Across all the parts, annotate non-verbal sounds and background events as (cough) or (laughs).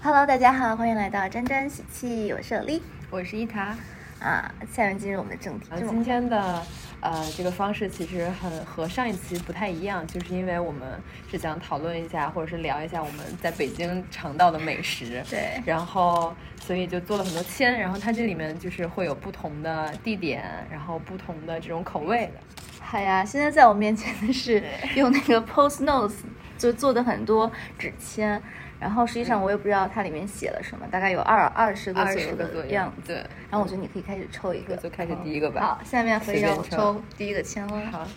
Hello，大家好，欢迎来到沾沾喜气，我是有丽我是伊塔。啊。下面进入我们的正题，呃，这么今天的呃这个方式其实很和上一期不太一样，就是因为我们是想讨论一下，或者是聊一下我们在北京尝到的美食。对然后，所以就做了很多签，然后它这里面就是会有不同的地点，然后不同的这种口味的。好呀，现在在我面前的是 (laughs) 用那个 Post Notes 就做的很多纸签，然后实际上我也不知道它里面写了什么，大概有二二十个嗯二左十右个左的右样子。对，然后我觉得你可以开始抽一个，就开始第一个吧好，下面可以随便让我抽抽第一个签了。好，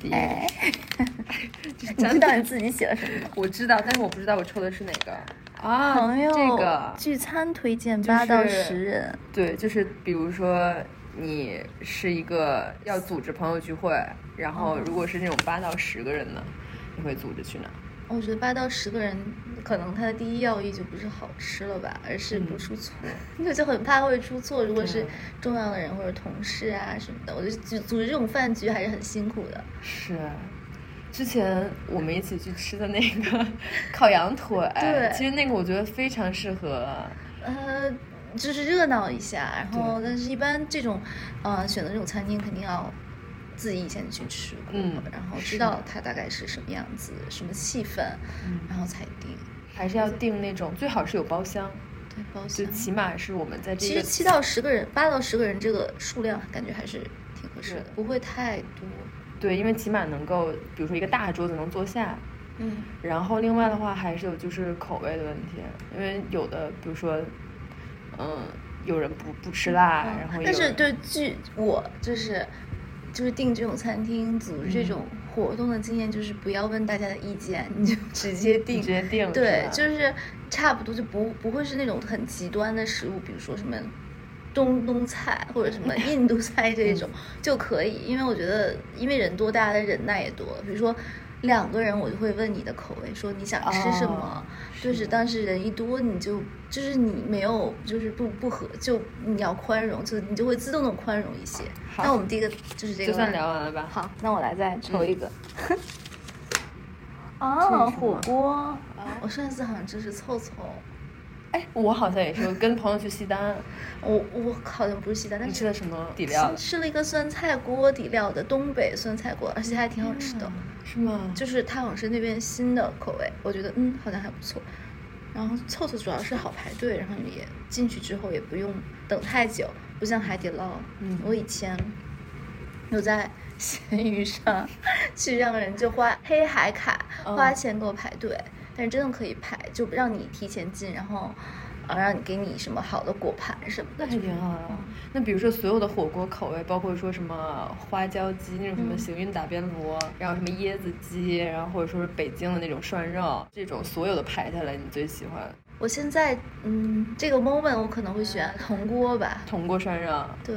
第一个， (laughs) 哎， (laughs) 这是你真知道你的，自己写了什么吗？我知道，但是我不知道我抽的是哪个哎啊？朋友，这个聚餐推荐就八到是十人，对，就是比如说你是一个要组织朋友聚会，然后如果是那种八到十个人的，你会组织去哪？我觉得八到十个人，可能他的第一要义就不是好吃了吧，而是不嗯出错。 (laughs) 我就很怕会出错，如果是对重要的人或者同事啊什么的，我就组组织这种饭局还是很辛苦的。是。之前我们一起去吃的那个 (laughs) 烤羊腿，对其实那个我觉得非常适合，呃，就是热闹一下，然后对但是一般这种，呃，选择这种餐厅肯定要自己以前去吃过，嗯然后是知道它大概是什么样子、什么气氛，嗯然后才定。还是要订那种最好是有包厢，对，包就厢。起码是我们在这其个实七到十个人，八到十个人这个数量感觉还是挺合适的对，不会太多。对，因为起码能够，比如说一个大桌子能坐下，嗯，然后另外的话还是有就是口味的问题，因为有的比如说，嗯，有人不不吃辣，嗯然后但有是人对据我就是就是订这种餐厅组织这种活动的经验，就是不要问大家的意见，你就直接你订直。接定是对，吧就是差不多，就不不会是那种很极端的食物，比如说什么中东菜或者什么印度菜嗯这一种就可以，因为我觉得因为人多，大家的忍耐也多。比如说两个人，我就会问你的口味，说你想吃什么哦。就是是当时人一多，你就就是你没有就是不不合，就你要宽容，就你就会自动的宽容一些。好那我们第一个就是这个，就算聊完了吧。好，那我来再抽一个。 (laughs) 嗯这哦是什么锅！我上次好像就是凑凑，哎，我好像也是跟朋友去 (laughs) 西单，我我好像不是西单，但你是吃的什么底料吃？吃了一个酸菜锅底料的东北酸菜锅，而且还挺好吃的，是吗？就是它好像是那边新的口味，我觉得嗯好像还不错。然后凑凑主要是好排队，然后你也进去之后也不用等太久，不像海底捞。嗯我以前有在闲鱼上去让人就花黑海卡嗯花钱给我排队，但是真的可以排，就让你提前进，然后啊让你给你什么好的果盘什么的那，还挺好嗯的。那比如说所有的火锅口味，包括说什么花椒鸡那种什么嗯行运打边炉，然后什么椰子鸡，然后或者说是北京的那种涮肉，这种所有的排下来，你最喜欢我现在嗯，这个 moment 我可能会选铜锅吧，铜锅涮肉？对，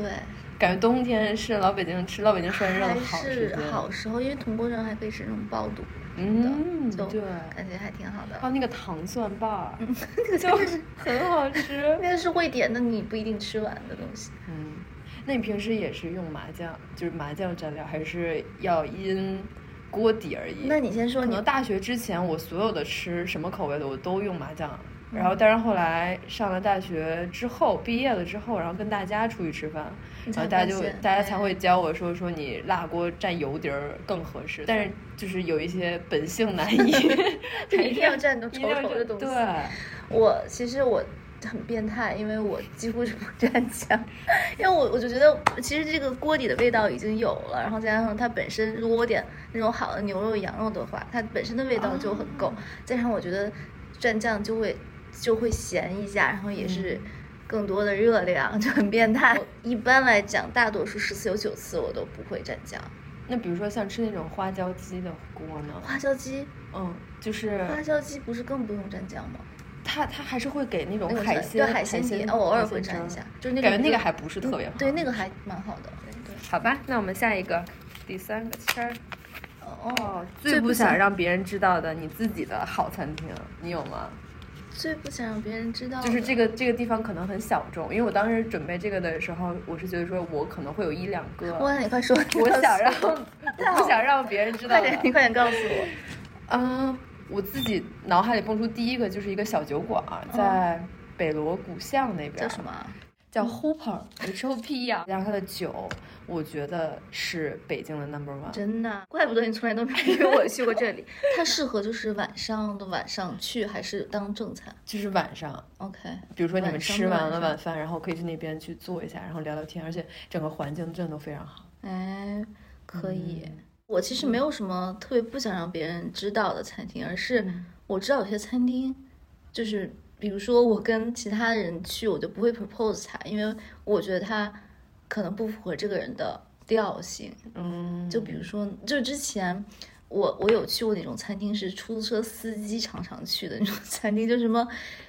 感觉冬天是老北京吃老北京涮肉还的好时是间。好时候，因为铜锅上还可以是那种爆肚的，嗯，就对。感觉还挺好还有的。那个糖蒜瓣儿， (laughs) 就很好吃。那个是会点的，你不一定吃完的东西。 (laughs) 嗯，那你平时也是用麻酱，就是麻酱蘸料，还是要因锅底而已？那你先说可你能大学之前，我所有的吃什么口味的我都用麻酱，嗯然后但是后来上了大学之后，毕业了之后，然后跟大家出去吃饭，你然才后大家发就现哎大家对，才会教我说说你辣锅蘸油碟儿更合适，但是就是有一些本性难移 (laughs) (laughs) 就一定要蘸那种一定要稠稠的蘸东西对，我其实我很变态，因为我几乎是不蘸酱，因为我我就觉得其实这个锅底的味道已经有了，然后再加上它本身，如果我点那种好的牛肉、羊肉的话，它本身的味道就很哦够，再加上我觉得蘸酱就会就会咸一下，然后也是。嗯更多的热量就很变态。一般来讲，大多数十次有九次我都不会蘸酱。那比如说像吃那种花椒鸡的锅呢，花椒鸡，嗯，就是花椒鸡不是更不用蘸酱吗？它它还是会给那种那种海蘸鲜对海鲜鲜底鲜偶尔海会蘸鲜汁一儿下就是那个嗯感觉就那个还不是特别好。对，那个还蛮好的。对，好吧，那我们下一个第三个签儿。哦，最不想让别人知道的你自己的好餐厅，你有吗？最不想让别人知道，就是这。个这个地方可能很小众，因为我当时准备这个的时候，我是觉得说我可能会有一两个，哇，你快说！我想让太好 (laughs) 我不想让别人知 (laughs) 道快点，你的。快点告诉我。嗯，我自己脑海里蹦出第一个就是一个小酒馆，在北锣鼓巷那边，哦叫什么啊？叫 Hooper H O P E 啊，加上它的酒，我觉得是北京的 number one。真的，啊怪不得你从来都没约我去过这里。它适合就是晚上的晚上去，还是当正餐就是晚上， ？OK，比如说你们晚上吃的完晚了上晚饭，然后可以去那边去坐一下，然后聊聊天，而且整个环境真的都非常好。哎，可以。嗯我其实没有什么特别不想让别人知道的餐厅，而是嗯我知道有些餐厅，就是比如说我跟其他人去，我就不会 propose 他，因为我觉得他可能不符合这个人的调性。嗯，就比如说，就之前我我有去过那种餐厅，是出租车司机常常去的那种餐厅，就什么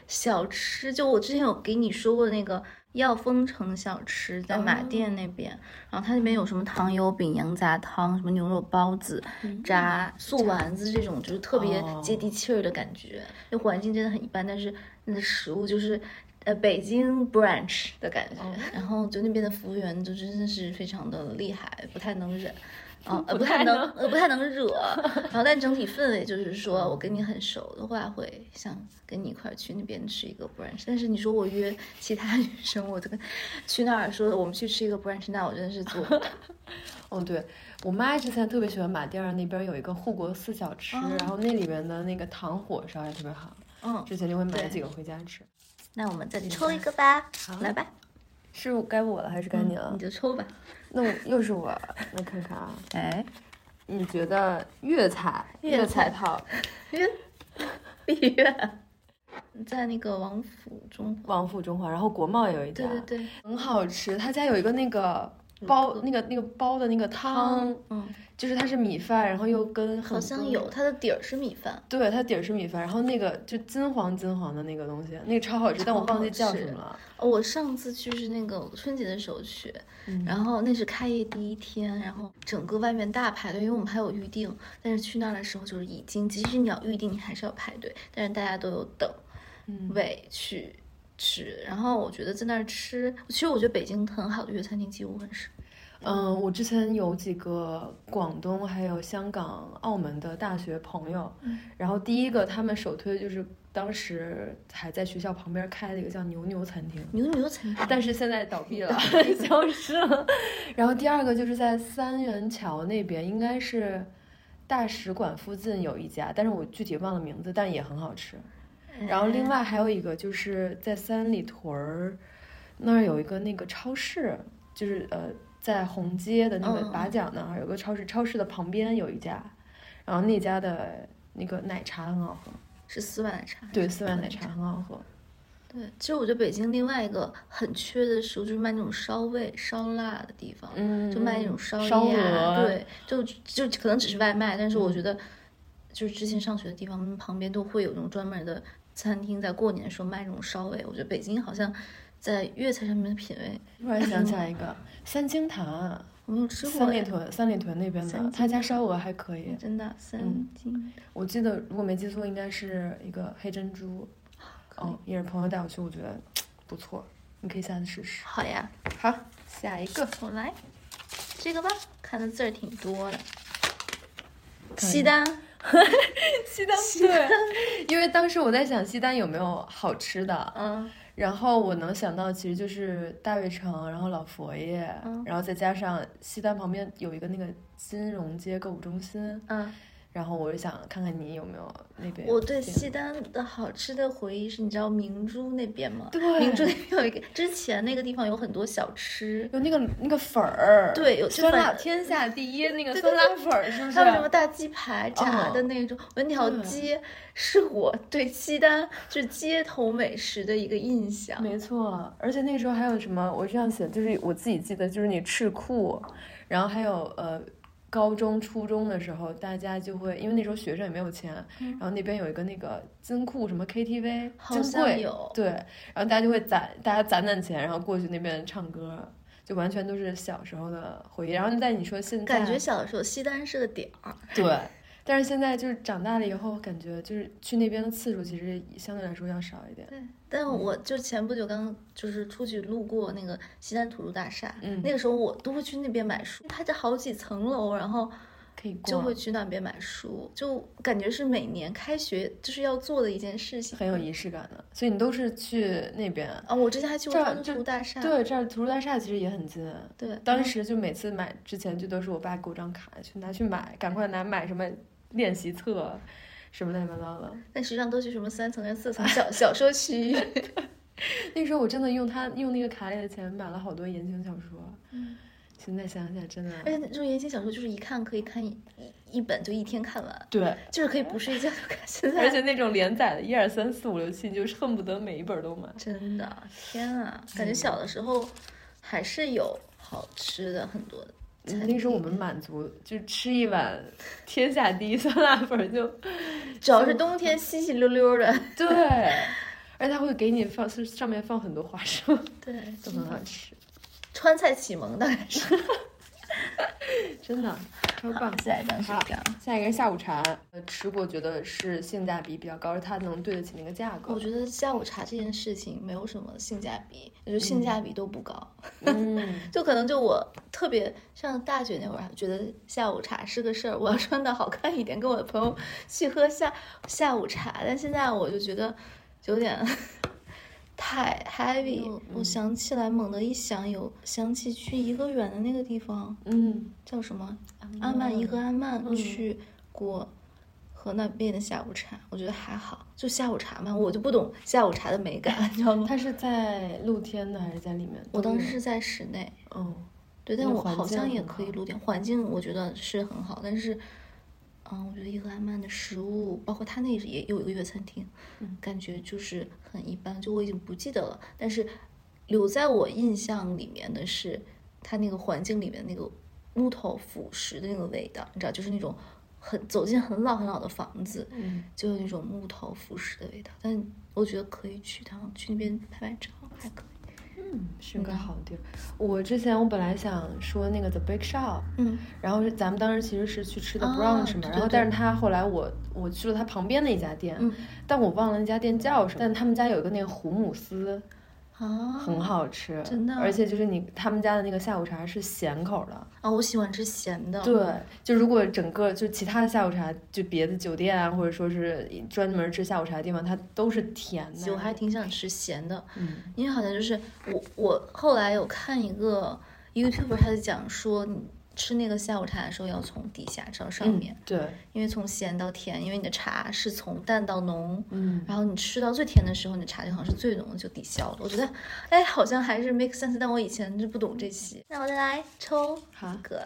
小吃，就我之前有给你说过那个耀丰城小吃，在马店那边，然后它那边有什么糖油饼、羊杂汤、什么牛肉包子、炸素丸子这种，就是特别哦接地气儿的感觉。那、环境真的很一般，但是那个食物就是。呃，北京 branch 的感觉， (laughs) 然后就那边的服务员就真的是非常的厉害，不太能忍。啊，呃不太能，呃，不太能 (laughs) 惹。然后，但整体氛围就是说，我跟你很熟的话，会想跟你一块儿去那边吃一个 brunch。但是你说我约其他女生，我就跟去那儿说我们去吃一个 brunch，那我真是做 (laughs) 不到。哦，对我妈之前特别喜欢马甸儿那边有一个护国寺小吃，哦然后那里面的那个糖火烧也特别好，嗯，之前就会买对几个回家吃。那我们再抽一个吧，来吧，是我该我了还是该你了？你就抽吧。那我又是我，那看看啊，哎，你觉得粤菜粤粤菜菜套闭月，在那个王府中华。王府中华，然后国贸也有一家，对对对，很好吃。他家有一个那个包，那个那个包的那个汤，嗯，就是它是米饭，然后又跟很好像多有，它的底儿是米饭。对，它底儿是米饭，然后那个就金黄金黄的那个东西，那个超好吃，但我超好忘记叫什吃么了。哦，我上次去是那个春节的时候去，嗯然后那是开业第一天，然后整个外面大排队，因为我们还有预定，但是去那儿的时候就是已经，即使你要预定，你还是要排队，但是大家都有等嗯，位去吃。然后我觉得在那儿吃，其实我觉得北京很好的粤餐厅几乎很少。嗯，我之前有几个广东还有香港、澳门的大学朋友，嗯然后第一个他们首推就是当时还在学校旁边开了一个叫牛牛餐厅。牛牛餐厅，但是现在倒闭了， (laughs) 消失了。然后第二个就是在三元桥那边，应该是大使馆附近有一家，但是我具体忘了名字，但也很好吃。嗯然后另外还有一个就是在三里屯儿那儿有一个那个超市，就是呃在红街的那个嗯嗯把角那儿有个超市，超市的旁边有一家，然后那家的那个奶茶很好喝，是丝袜奶茶，对，丝嗯袜奶茶很好喝。对，其实我觉得北京另外一个很缺的食物就是卖那种烧味、烧腊的地方，嗯就卖那 (laughs) 种烧烧鸭，鹅嗯对，就就可能只是外卖，但是我觉得，就是之前上学的地方旁边都会有那种专门的餐厅，在过年的时候卖那种烧味。我觉得北京好像在粤菜上面的品味，突然想起来一个三清啊堂，我没有吃过三里哎，屯三里屯那边三的，清他家烧鹅还可以。真的三嗯斤，我记得如果没记错，应该是一个黑珍珠，可以嗯，也是朋友带我去，我觉得不错，你可以下次试试。好呀，好，下一个我来这个吧，看的字儿挺多的，可以西单，西单，对， (laughs) 因为当时我在想西单有没有好吃的，嗯，然后我能想到其实就是大悦城，然后老佛爷，嗯然后再加上西单旁边有一个那个金融街购物中心，嗯，然后我就想看看你有没有那边有我对店西单的好吃的回忆是，你知道明珠那边吗？对明珠那边有一个，之前那个地方有很多小吃，有那个那个粉儿，对有就酸反辣天下第一那个对酸对辣粉儿是不是？啊还有什么大鸡排炸的嗯那种，文条街是我对西单就是街头美食的一个印象。没错，而且那个时候还有什么？我这样写，就是我自己记得，就是你赤库，然后还有呃，高中、初中的时候，大家就会因为那时候学生也没有钱，然后那边有一个那个金库什么 KTV，嗯好金像柜有对，然后大家就会攒，大家攒攒钱，然后过去那边唱歌，就完全都是小时候的回忆。然后在你说现在，感觉小的时候西单是个点儿， (laughs) 对，但是现在就是长大了以后，感觉就是去那边的次数其实相对来嗯说要少一点。对。但我就前不久刚就是出去路过那个西单土著大厦，嗯那个时候我都会去那边买书，它这好几层楼，然后可以就逛，会去那边买书，就感觉是每年开学就是要做的一件事情。很有仪式感的。所以你都是去那边？啊，我之前还去过这儿川这图大厦，嗯对，这儿图书大厦其实也很近。对，当时就每次买之前就都是我爸给我张卡，去拿去买，赶快拿买什么练习册，什么乱七八糟的。但实际上都去什么三层跟四层小 (laughs) 小社 (laughs) 区。那时候我真的用他用那个卡里的钱买了好多言情小说，现在想想真嗯而且的，那种言情小说就是一看可以看一一一本就一天看完，对，就是可以不睡觉 (laughs) 就看。现在而且那种连载的一二三四五六七，你就是恨不得每一本都买。真的天啊，感嗯觉小的时候还是有好吃的很多的。嗯那时候我们满足就吃一碗天下第一酸辣粉 (laughs) 就嗯主要是冬天稀稀溜溜的，对，而且他会给你放是上面放很多花生， (laughs) 对，都很好吃，川菜启蒙大概是。真的超棒。下一张是这样，下一个是下午茶，呃吃过觉得是性价比比较高，是它能对得起那个价格。我觉得下午茶这件事情没有什么性价比，我觉得性价比都不高。 (laughs) 嗯，就可能就我特别上大学那会儿，啊觉得下午茶是个事儿，我要穿的好看一点，跟我的朋友去喝下下午茶。但现在我就觉得有点太 heavy，、我想起来猛地一想，有想起去颐和园的那个地方嗯，叫什么？安曼颐和安曼去过。和那边的下午茶，我觉得还好，就下午茶嘛，我就不懂下午茶的美感，你知 (laughs) 道吗？它嗯是在露天的还是在里面？我当都时有，是在室内，嗯，对，但那我环好境像也很可以好录点环境，我觉得是很好，但是，嗯，我觉得伊和安曼的食物，包括它那也有一个粤餐厅，嗯感觉就是很一般，就我已经不记得了，但是留在我印象里面的是它那个环境里面那个木头腐蚀的那个味道，你知道，就是那种很走进很老很老的房子，嗯就有那种木头腐蚀的味道，但我觉得可以去趟去那边拍拍照，还可以，嗯，是个好地儿。我之前我本来想说那个 The Bake Shop，嗯，然后是咱们当时其实是去吃的啊 brunch 嘛，对然后对但是他后来我我去了他旁边的一家店，嗯但我忘了那家店叫什么，但他们家有一个那个胡姆斯，啊，很好吃，真的而且就是你他们家的那个下午茶是咸口的，啊，我喜欢吃咸的。对，就如果整个就其他的下午茶，就别的酒店啊，或者说是专门吃下午茶的地方，它都是甜的。我还挺想吃咸的，嗯因为好像就是我我后来有看一个 YouTuber，他就讲说，你吃那个下午茶的时候要从底下到上面，嗯对，因为从咸到甜，因为你的茶是从淡到浓，嗯，然后你吃到最甜的时候，你的茶就好像是最浓的就抵消了。我觉得，哎，好像还是 make sense，但我以前就不懂这些。那我再来抽好一个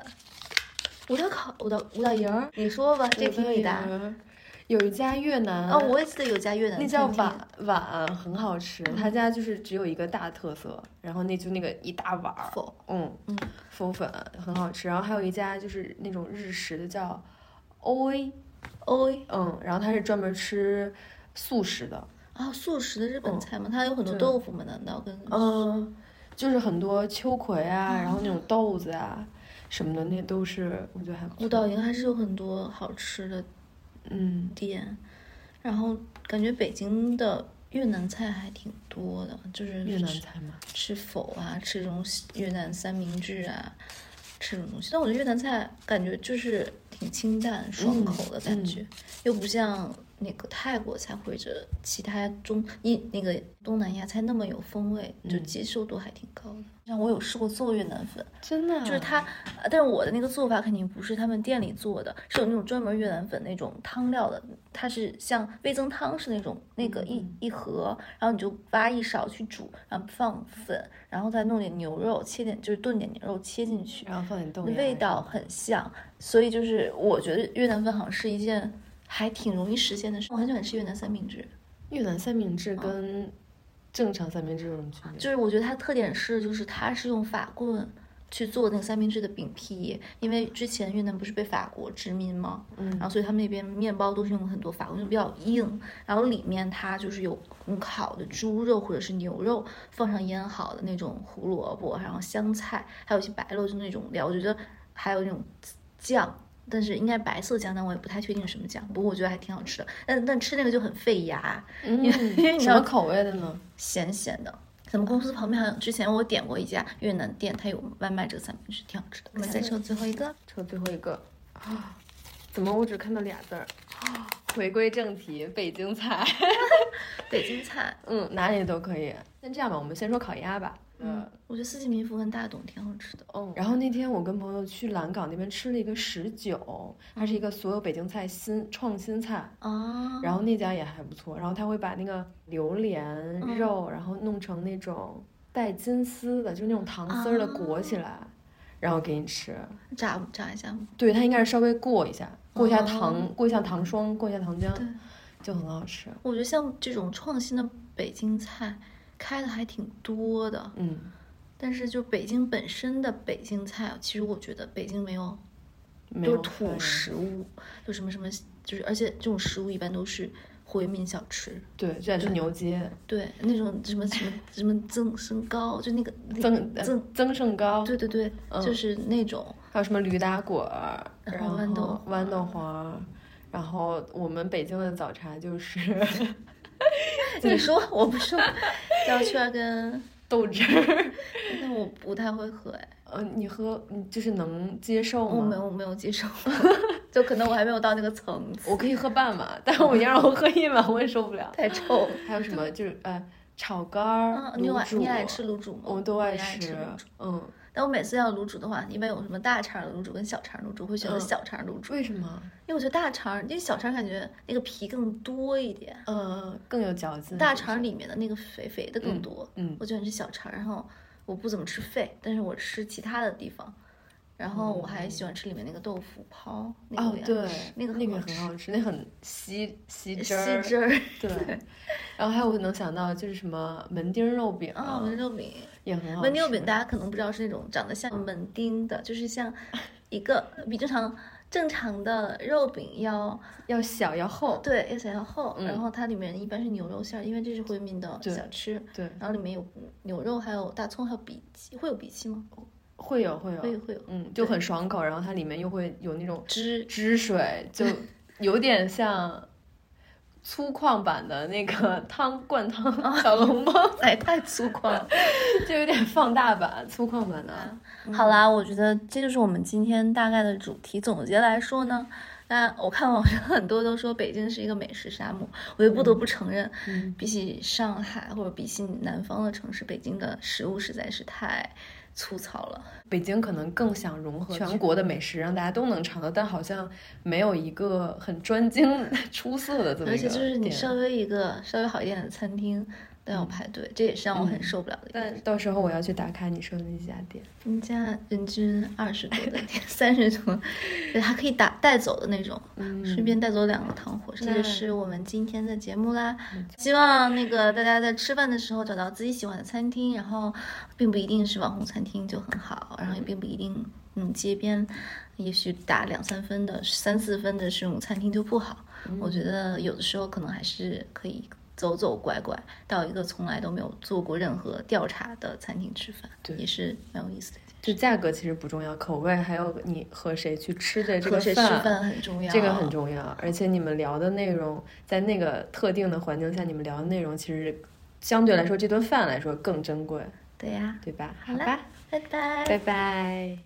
五道口五道五道营儿，你说吧，嗯这题个你答。有一家越南哦，我也记得有家越南那叫餐厅嗯碗碗很好吃，他家就是只有一个大特色，然后那就那个一大碗儿，否嗯嗯，粉粉很好吃，然后还有一家就是那种日食的叫 O A， O 嗯，然后它是专门吃素食的，啊，素食的日本嗯菜嘛，它有很多对豆腐嘛，难道跟嗯，就是很多秋葵啊，然后那嗯种豆子啊什么的，那都是我觉得还不五错。道营还是有很多好吃的嗯，店，然后感觉北京的越南菜还挺多的，就是越南吃菜嘛，吃否啊，吃这种越南三明治啊，吃这种东西。但我觉得越南菜感觉就是挺清淡爽口的感觉，嗯又不像那个泰国菜或者其他中印那个东南亚菜那么有风味，就嗯接受度还挺高的。像我有试过做越南粉，真的啊就是它，呃但是我的那个做法肯定不是他们店里做的，是有那种专门越南粉那种汤料的，它是像味增汤是那种那个一一盒，然后你就挖一勺去煮，然后放粉，然后再弄点牛肉，切点就是炖点牛肉切进去，然后放点豆芽，味道很像，所以就是我觉得越南粉好像是一件还挺容易实现的事。我很喜欢吃越南三明治，越南三明嗯治跟正常三明治有什么区别？就是我觉得它特点是，就是它是用法棍去做那个三明治的饼皮，因为之前越南不是被法国殖民吗？嗯然后所以他们那边面包都是用很多法棍，就比较硬，然后里面它就是有嗯烤的猪肉或者是牛肉，放上腌好的那种胡萝卜，然后香菜，还有一些白肉，就那种料，我觉得还有那种酱。但是应该白色酱，但我也不太确定是什么酱。不过我觉得还挺好吃的，但但吃那个就很费牙，嗯因为你知什道么口味的呢？咸咸的。咱们公司旁边好像之前我点过一家越南店，它有外卖这个三明治，挺好吃的。我们再抽最后一个，抽最后一个，怎么我只看到俩字儿？回归正题，北京菜。北京菜，嗯，哪里都可以。先这样吧，我们先说烤鸭吧。嗯，我觉得四季民福跟大董挺好吃的。嗯，然后那天我跟朋友去蓝港那边吃了一个十九，它是一个所有北京菜新创新菜，啊，然后那家也还不错。然后他会把那个榴莲肉，然后弄成那种带金丝的，就是那种糖丝儿的裹起来，然后给你吃。炸炸一下吗？对，它应该是稍微过一下，过一下糖，哦过一下糖霜，过一下糖浆对，就很好吃。我觉得像这种创新的北京菜开的还挺多的，嗯，但是就北京本身的北京菜，啊其实我觉得北京没有，没都是有土饭食物，就什么什么，就是而且这种食物一般都是回民小吃。对，这也是牛街对，那种什么什么什么增生糕，就那个那增增，增盛糕，对对对，嗯就是那 (laughs) 种还有什么驴打滚儿，然然后后豌豆豌豆黄儿，然后我们北京的早茶就是 (laughs) 你说我不说，焦圈跟，豆汁儿。但我不太会喝哎，呃，你喝，你就是能接受我没吗？有我没有接受过， (laughs) 就可能我还没有到那个层次，我可以喝半碗，但是我要让我喝一碗，我也受 (laughs) 不了。太臭 (laughs) 了。还有什么就是呃，炒肝儿啊，、你卤爱煮，你爱吃卤煮吗？我们都我爱也爱吃吃卤煮。嗯，但我每次要卤煮的话，一般有什么大肠儿卤煮跟小肠儿卤煮，会选择嗯小肠儿卤煮，为什么？因为我觉得大肠儿，因为小肠儿感觉那个皮更多一点，呃，更有嚼劲。大是不肠儿是里面的那个肥肥的更多。嗯我喜欢吃小肠儿，然后我不怎么吃肺，但是我吃其他的地方。然后我还喜欢吃里面那个豆腐泡，那个哦我，也爱对吃，那那个好个很吃好吃，那很吸吸汁吸儿。汁儿，对，然后还有我能想到就是什么门钉肉饼啊，门肉饼，也很哦好吃。嗯门钉肉饼大家可能不知道是那种长得像门钉的，就是像一个比正常正常的肉饼要要小要厚，对，要想要厚，然嗯后它里面一般是牛肉馅儿，因为这是回民的对小吃，对，然后里面有牛肉，还有大葱，还有荸荠，会有荸荠吗？会有会会有有，会有嗯，就很爽口，然后它里面又会有那种汁，汁水，就有点像粗犷版的那个汤 (laughs) 灌汤小笼包，哎，太粗犷了。就有点放大版粗犷版的。 (laughs) 好啦，我觉得这就是我们今天大概的主题。总结来说呢，那我看网上很多都说北京是一个美食沙漠，我也不得不承认，嗯比起上海或者比起南方的城市，北京的食物实在是太粗糙了。北京可能更想融合全国的美食，让大家都能尝到，但好像没有一个很专精 (laughs) 出色的这么而一且个就是你店。稍微一个稍微好一点的餐厅都要排队，这也是让我很受不了的一点。但到时候我要去打卡你说的那几家店。人家人均二十多的店，三十多，对，还可以打带走的那种，顺便带走两个糖火。这那就是我们今天的节目啦。希望那个大家在吃饭的时候找到自己喜欢的餐厅，然后并不一定是网红餐厅就很好，然后也并不一定嗯街边，也许打两三分的、三四分的这种餐厅就不好。嗯我觉得有的时候可能还是可以。走走拐拐，到一个从来都没有做过任何调查的餐厅吃饭，对也是蛮有意思的。就价格其实不重要，口味还有你和谁去吃的这和个谁吃饭很重要，这个很重要。而且你们聊的内容，在那个特定的环境下，你们聊的内容其实相对来说，这顿饭来说更珍贵，对呀、对吧？好好啦吧，拜拜。拜拜。